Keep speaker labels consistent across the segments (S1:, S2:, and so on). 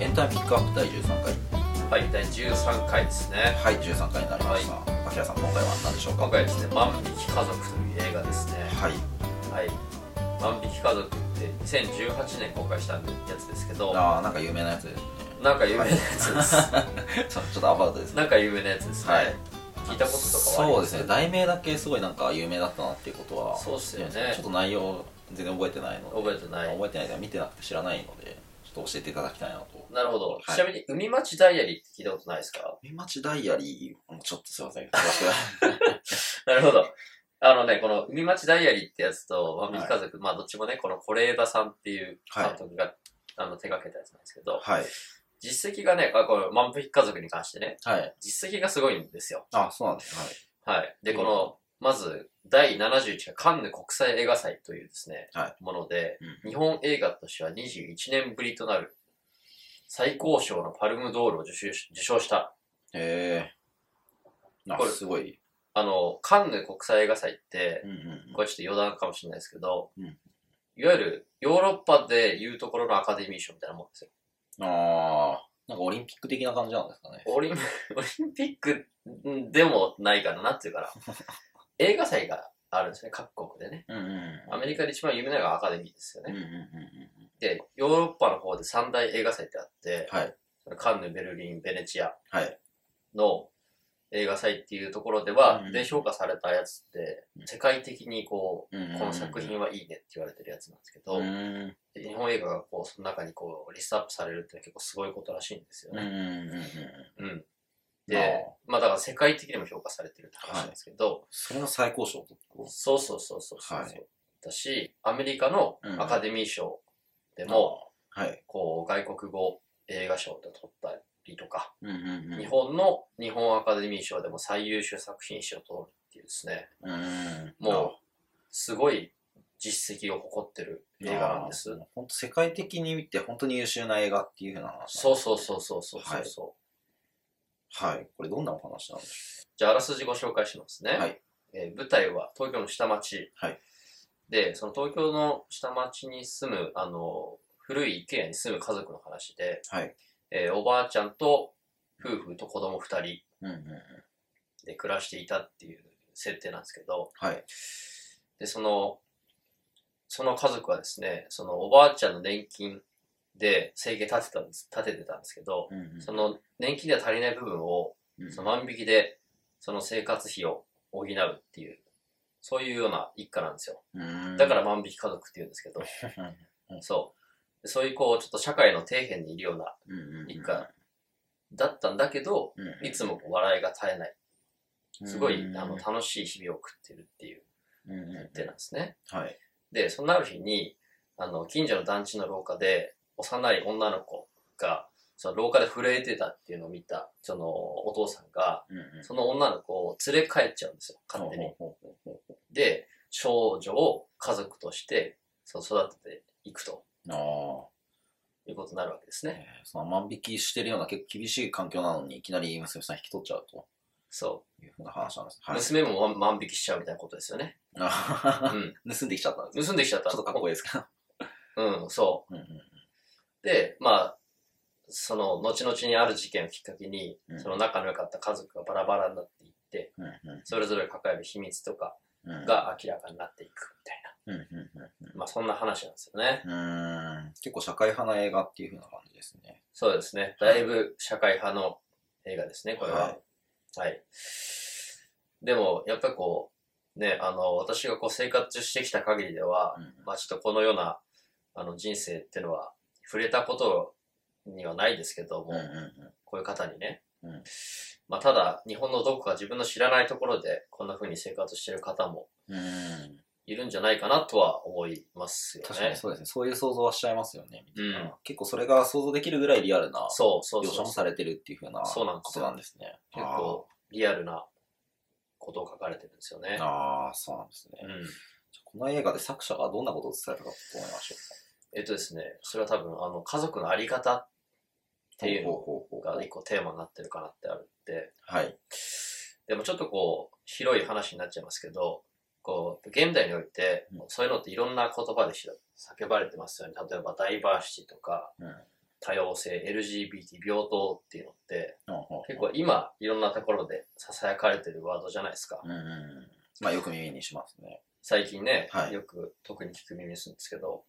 S1: エンタメピックアップ第13回
S2: はい、第13回ですね。
S1: はい13回になりましたあきらさん今回は何でしょうか
S2: 今回ですね、万引き家族という映画ですね。
S1: はい
S2: はい。万引き家族って2018年公開したやつですけど、
S1: あーなんか有名なやつですね
S2: なんか有名なやつです。
S1: ちょちょっとアバウトですね
S2: なんか有名なやつですね。
S1: はい
S2: 聞いたこととかはあ
S1: そ
S2: り
S1: う
S2: ま
S1: です
S2: す
S1: ね題名だけすごいなんか有名だったなっていうことは
S2: そうっすよね
S1: ちょっと内容全然覚えてないので
S2: 覚えてない
S1: 覚えてないというか見てなくて知らないのでちょっと教えていただきたいなと
S2: なるほど。
S1: はい
S2: ちなみに、海町ダイアリーって聞いたことないですか
S1: 海町ダイアリーもちょっとすいま せん
S2: なるほど。あのね、この海町ダイアリーってやつと、万引き家族、まあどっちもね、この是枝さんっていう監督が、あの手掛けたやつなんですけど、
S1: はい
S2: 実績がね、あこの万引き家族に関してね、
S1: はい
S2: 実績がすごいんですよ。
S1: あそうなんですね
S2: はい。で、
S1: うん
S2: この、まず、第71回カンヌ国際映画祭というですね、
S1: は
S2: もので、
S1: う
S2: 日本映画としては21年ぶりとなる、最高賞のパルムドールを受賞し受賞した。
S1: へえ
S2: これ
S1: すごい
S2: あの、カンヌ国際映画祭って
S1: う、んうん
S2: これちょっと余談かもしれないですけど、
S1: うん
S2: いわゆるヨーロッパでいうところのアカデミー賞みたいなも んですよ。
S1: あーなんかオリンピック的な感じなんですかね
S2: オリンオリンピックでもないかな、なんていうか な。映画祭があるんですね、各国でね。
S1: うんうんうん
S2: アメリカで一番有名なのがアカデミーですよね。
S1: うんうんうんうん
S2: で、ヨーロッパの方で三大映画祭ってあって、
S1: はい
S2: カンヌ、ベルリン、ベネチア
S1: はい
S2: の映画祭っていうところでは、
S1: うん
S2: で評価されたやつって、
S1: うん
S2: 世界的に
S1: こ
S2: こう、この作品はいいねって言われてるやつなんですけど、
S1: うんうん
S2: で日本映画がこう、その中にこう、リストアップされるって結構すごいことらしいんですよ
S1: うんうん
S2: ね。
S1: うんうん
S2: うん。
S1: あ
S2: で
S1: ー、
S2: まあだから世界的にも評価されてるって話なんですけど、
S1: それの最高賞とこ
S2: そうそうそうそうそう、
S1: はい
S2: だし、アメリカのアカデミー賞で
S1: う
S2: も、
S1: はい
S2: こう、外国語映画賞で取ったりとか、
S1: うんうんうん
S2: 日本の日本アカデミー賞でも最優秀作品賞を取るっていうですね、
S1: うん
S2: もすごい実績を誇ってる映画なんです。
S1: 本当世界的に見て本当に優秀な映画っていうふうな話なんです
S2: そうそうそうそうそうそう。
S1: はいはいこれどんなお話なんでし
S2: じゃあ、あらすじご紹介しますね。
S1: はい
S2: えー舞台は東京の下町。
S1: はい
S2: で、その東京の下町に住む、あの、古い一軒家に住む家族の話で、
S1: ょうはい
S2: えーおばあちゃんと夫婦と子供二人
S1: うんうんうん
S2: で暮らしていたっていう設定なんですけど、
S1: はい
S2: で、その、その家族はですね、そのおばあちゃんの年金で生計立てたんです、立ててたんですけど、
S1: うんうん
S2: その年金では足りない部分を、
S1: うん
S2: その万引きで、その生活費を補うっていう、そういうような一家なんですよ。
S1: うん
S2: だ から万引き家族って言うんですけど、そう。でそういうこう、ちょっと社会の底辺にいるような
S1: うんうんうん
S2: 一家だったんだけど、
S1: うんうん
S2: いつもこう笑いが絶えない、すごい、
S1: うん
S2: あの、楽しい日々を送ってるっていう
S1: うんうん
S2: 設定なんですね。
S1: はい
S2: で、そんなある日に、あの、近所の団地の廊下で、幼い女の子が、その廊下で震えてたっていうのを見た、その、お父さんが、
S1: うんうん
S2: その女の子を連れ帰っちゃうんですよ、勝手に。
S1: ほうほうほうほう
S2: で、少女を家族として、そう育てていくと
S1: ああ
S2: いうことになるわけですね。
S1: えーその万引きしてるような結構厳しい環境なのにいきなり娘さん引き取っちゃうと
S2: そ
S1: いうふうな話なんです。
S2: う。
S1: はい、
S2: 娘も万万引きしちゃうみたいなことですよね。
S1: あ
S2: うん。
S1: 盗んできちゃったんですね
S2: 盗んできちゃった。
S1: ちょっとかっこいいですけど。
S2: うん、そ
S1: うんうん
S2: う。で、まあ、その、後々にある事件をきっかけに、
S1: うん
S2: その仲の良かった家族がバラバラになっていって、
S1: うんうん
S2: それぞれ抱える秘密とか
S1: うん
S2: が明らかになっていくみたい
S1: うんうんうん
S2: な、まあそんな話なんですよね。
S1: うーん結構社会派な映画っていうふうな感じですね。
S2: そうですね。だいぶ社会派の映画ですね、これは。はい。でも、やっぱりこう、ね、あの、私がこう生活してきた限りでは、
S1: うんうん
S2: まあちょっとこのような、あの人生っていうのは、触れたことにはないですけども、
S1: うんうん
S2: こういう方にね。
S1: うん
S2: まあただ、日本のどこか自分の知らないところで、こんな風に生活してる方も
S1: うんうん
S2: いるんじゃないかなとは思いますよね。
S1: 確かにそうですね。そういう想像はしちゃいますよね。
S2: うん
S1: な結構それが想像できるぐらいリアルな
S2: そうそう
S1: 描
S2: そ
S1: 写
S2: う。
S1: も
S2: 結
S1: されてるっていうふうな
S2: そうなんで
S1: こ
S2: す
S1: と
S2: よ
S1: なんですね。
S2: 構リアルなことを書かれてるんですよね
S1: あー。あー、そうなんですね。
S2: うん、
S1: じゃあこの映画で作者がどんなことを伝えたかと思いましょうか。
S2: えっとですね、それは多分あの家族のあり方っていうの
S1: ほうほうほうほう
S2: が一個テーマになってるかなってあるって、
S1: はい。
S2: でもちょっとこう広い話になっちゃいますけど、こう現代において
S1: うん
S2: そういうのっていろんな言葉でし叫ばれてますよね。例えばダイバーシティとか、
S1: うん
S2: 多様性、LGBT、平等っていうのって、
S1: うんうん
S2: 結構今、いろんなところで囁かれてるワードじゃないですか。
S1: うんうん。まあよく耳にしますね。
S2: 最近ね、
S1: はい
S2: よく特に聞く耳にするんですけど、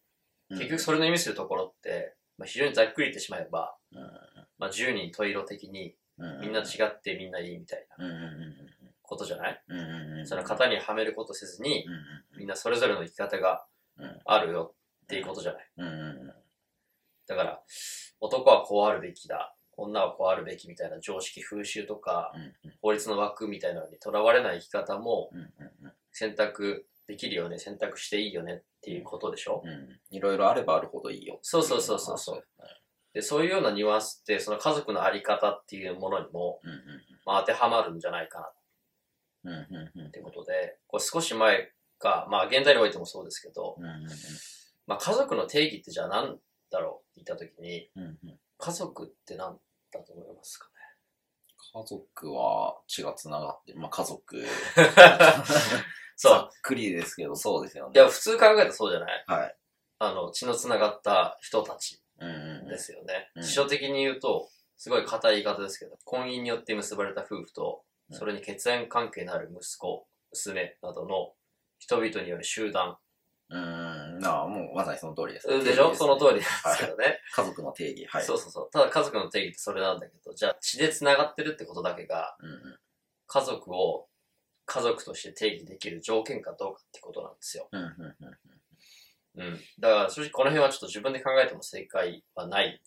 S1: うん
S2: 結局それの意味するところって、まあ、非常にざっくり言ってしまえば、
S1: う
S2: まあ、10人十色的に
S1: んうんうん。
S2: みんな違ってみんないいみたいな
S1: うんうん
S2: ことじゃない、
S1: うんうん。うんうんうん。
S2: その型にはめることせずに
S1: うん
S2: みんなそれぞれの生き方が
S1: うん
S2: あるよっていうことじゃない
S1: うん。うんうんうん。
S2: だから男はこうあるべきだ女はこうあるべきみたいな常識風習とか
S1: うんうん
S2: 法律の枠みたいなのにとらわれない生き方も
S1: うんうんうん
S2: 選択できるよね選択していいよねっていうことでしょ
S1: うんいろいろあればあるほどいいよ。
S2: そうそうそうそうそう。でそういうようなニュアンスってその家族のあり方っていうものにも、
S1: うん
S2: まあ、当てはまるんじゃないかな
S1: うんうんうんうん
S2: ってことで、これ少し前か、まあ現在においてもそうですけど、
S1: うんうん
S2: まあ家族の定義ってじゃあ何だろうって言った時に、
S1: うんうんうん
S2: 家族って何だと思いますか
S1: 家族は血がつながってる、まあ家族。
S2: ね そ
S1: ざっ
S2: う。
S1: くりですけど、そうですよね。
S2: いや、普通考えたらそうじゃない
S1: はい。
S2: あの、血の繋がった人たち
S1: うんうん
S2: で
S1: う
S2: すよね。
S1: うん
S2: 辞書的に言うと、すごい硬い言い方ですけど、婚姻によって結ばれた夫婦と、
S1: うん
S2: それに血縁関係のある息子、娘などの人々による集団。
S1: ん。うん。なあ、もうまさにその通りです。
S2: でしょその通りなんで
S1: は
S2: すけ
S1: い。
S2: どね。
S1: 家族の定義。はい。
S2: そうそうそう。ただ家族の定義ってそれなんだけど、じゃあ血で繋がってるってことだけが、
S1: うんうん
S2: 家族を家族として定義できる条件かどうかってことなんですよ。
S1: うんうんうん
S2: うん。だから正直この辺はちょっと自分で考えても正解はない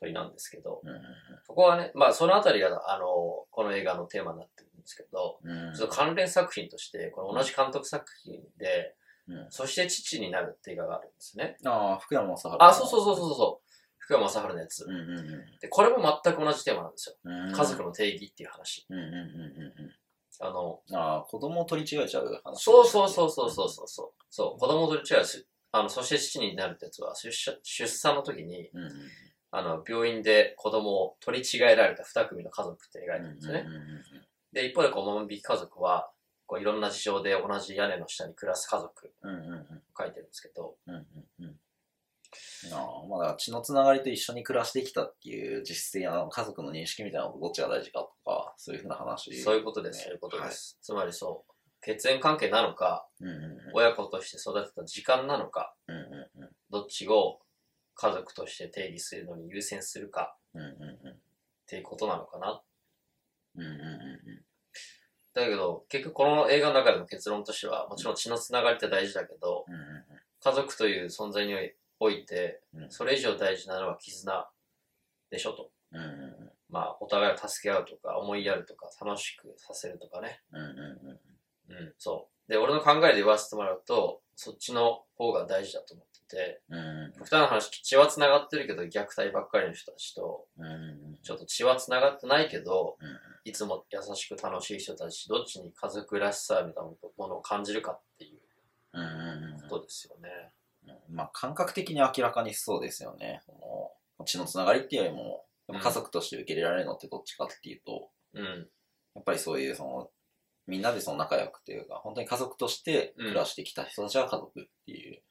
S2: 問いなんですけど、
S1: うん
S2: そこはね、まあそのあたりが、あの、この映画のテーマになってるんですけど、
S1: うんうん
S2: ちょっと関連作品として、この同じ監督作品で、
S1: うん
S2: そして父になるって映画があるんですね。
S1: ああ、福山雅治。
S2: あ、そうそうそうそうそう。福山雅治のやつ
S1: う。んうん
S2: で、これも全く同じテーマなんですよ。
S1: うんうん。
S2: 家族の定義っていう話。
S1: うんうんうんう
S2: あの、
S1: んうん。ああ、子供を取り違えちゃう話。
S2: そうそうそうそうそうそうそう。そう、子供と違うし、あの、そして父になるってやつは、出社出産の時に、
S1: うんうん。うん
S2: あの、病院で子供を取り違えられた二組の家族って描いてるんですね。
S1: うんうんうん
S2: で、一方で、こう、万引き家族は、こう、いろんな事情で同じ屋根の下に暮らす家族
S1: うんうんうん。
S2: 書いてるんですけど、
S1: うんうんうんああまあだから血のつながりと一緒に暮らしてきたっていう実質的なあの家族の認識みたいなのとどっちが大事かとかそういうふうな話
S2: そういうことです、そういうことです。つまりそう、血縁関係なのか、
S1: うんうん
S2: 親子として育てた時間なのか、
S1: うんうん
S2: どっちを家族として定義するのに優先するか
S1: うんうんうん
S2: っていうことなのかな
S1: うんうんうん
S2: だけど、結局この映画の中での結論としては、もちろん血のつながりって大事だけど、
S1: うんうん
S2: 家族という存在において
S1: う、ん
S2: それ以上大事なのは絆でしょと。
S1: うんうんうん
S2: まあ、お互いを助け合うとか、思いやるとか、楽しくさせるとかね。
S1: うんうんうん
S2: うん、そう。で、俺の考えで言わせてもらうと、そっちの方が大事だと思ってて、
S1: うん
S2: 極端な話、血はつながってるけど、虐待ばっかりの人たちと、
S1: うんうん
S2: ちょっと血はつながってないけど、
S1: うん
S2: いつも優しく楽しい人たち、どっちに家族らしさみたいなものを感じるかっていう。
S1: うんうんうん
S2: ことですよね。
S1: まあ感覚的に明らかにそうですよねその血のつながりっていうよりもやっぱ家族として受け入れられるのってどっちかっていうと、
S2: うん。
S1: やっぱりそういうそのみんなでその仲良くというか本当に家族として暮らしてきた人たちは家族っていう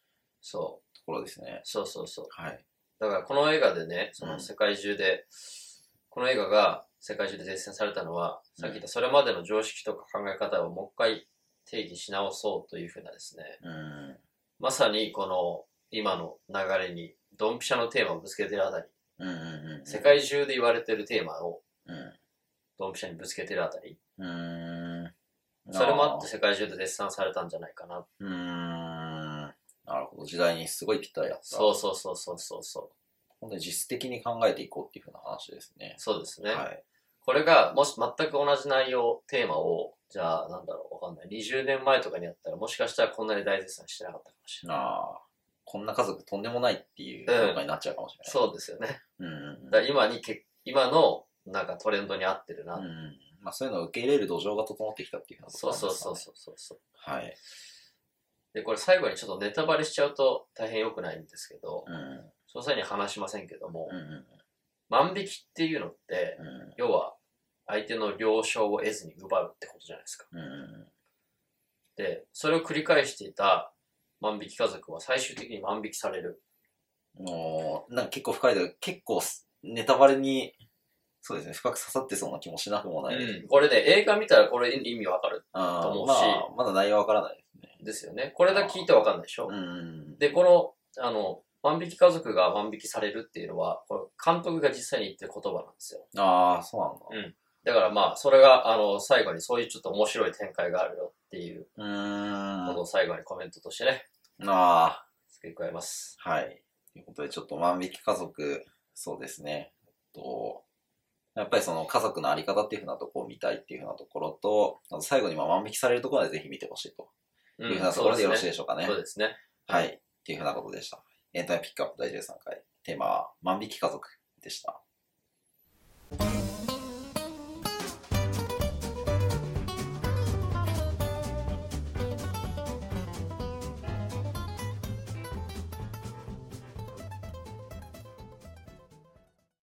S2: そ
S1: ところです
S2: う。
S1: ね、
S2: そうそうそう。
S1: はい
S2: だからこの映画でね、そうの
S1: ん
S2: 世界中で、この映画が世界中で絶賛されたのは、さっき言ったそれまでの常識とか考え方をもう一回定義し直そうというふうなですね、
S1: うん
S2: まさにこの今の流れに、ドンピシャのテーマをぶつけてるあたり、
S1: うんうんうん
S2: 世界中で言われてるテーマを
S1: うん
S2: ドンピシャにぶつけてるあたり、
S1: うん
S2: それもあって世界中で絶賛されたんじゃないかな。
S1: うーんなるほど時代にすごいぴったりだった
S2: そうそうそうそうそうそう。
S1: 本当に実質的に考えていこうっていうふうな話ですね
S2: そうですね。
S1: はい
S2: これが、もし全く同じ内容、テーマを、じゃあ、なんだろう、わかんない。20年前とかにやったら、もしかしたらこんなに大絶賛してなかったかもしれない。
S1: ああこんな家族とんでもないっていう評価になっちゃうかもしれない、
S2: そうですよね。
S1: うんうんうん
S2: だから今にけ、今の、なんかトレンドに合ってるな。
S1: うんまあ、そういうのを受け入れる土壌が整ってきたっていうふうなこと
S2: そう
S1: なんです
S2: そ
S1: か
S2: う
S1: ね
S2: そうそうそうそう。
S1: はい、
S2: で、これ最後にちょっとネタバレしちゃうと大変良くないんですけど
S1: う、んうん
S2: 詳細には話しませんけども
S1: う、ん
S2: 万引きっていうのって、
S1: うんうん
S2: 要は、相手の了承を得ずに奪うってことじゃないですか。
S1: うんうん
S2: で、それを繰り返していた万引き家族は最終的に万引きされる。
S1: もうなんか結構深いで、結構すネタバレに、そうですね、深く刺さってそうな気もしなくもないです。
S2: うん、これね、映画見たらこれ意味わかる。
S1: あ
S2: と
S1: ー
S2: 思う
S1: ま
S2: し
S1: あ、まだ内容わからないですね。
S2: ですよね。これだけ聞いてわかんないでしょ
S1: う。ん。
S2: で、この、あの、万引き家族が万引きされるっていうのは、これ監督が実際に言ってる言葉なんですよ。
S1: ああ、そう
S2: だからまあ、それが、あの、最後にそういうちょっと面白い展開があるよっていう
S1: なんだ。
S2: こ
S1: う
S2: とを最後にコメントとしてね、
S1: ーん。あ
S2: 付け加えます。
S1: あ、はい。ということで、ちょっと万引き家族、そうですね。えっと、やっぱりその家族のあり方っていうふうなとこを見たいっていうふうなところと、あと最後にまあ万引きされるところまでぜひ見てほしいと
S2: う
S1: いうふうなところでよろしい
S2: い
S1: でしょうかね。
S2: そうですね。
S1: はい。っていうふうなことでした。エンタメピックアップ第13回。テーマは万引き家族でした。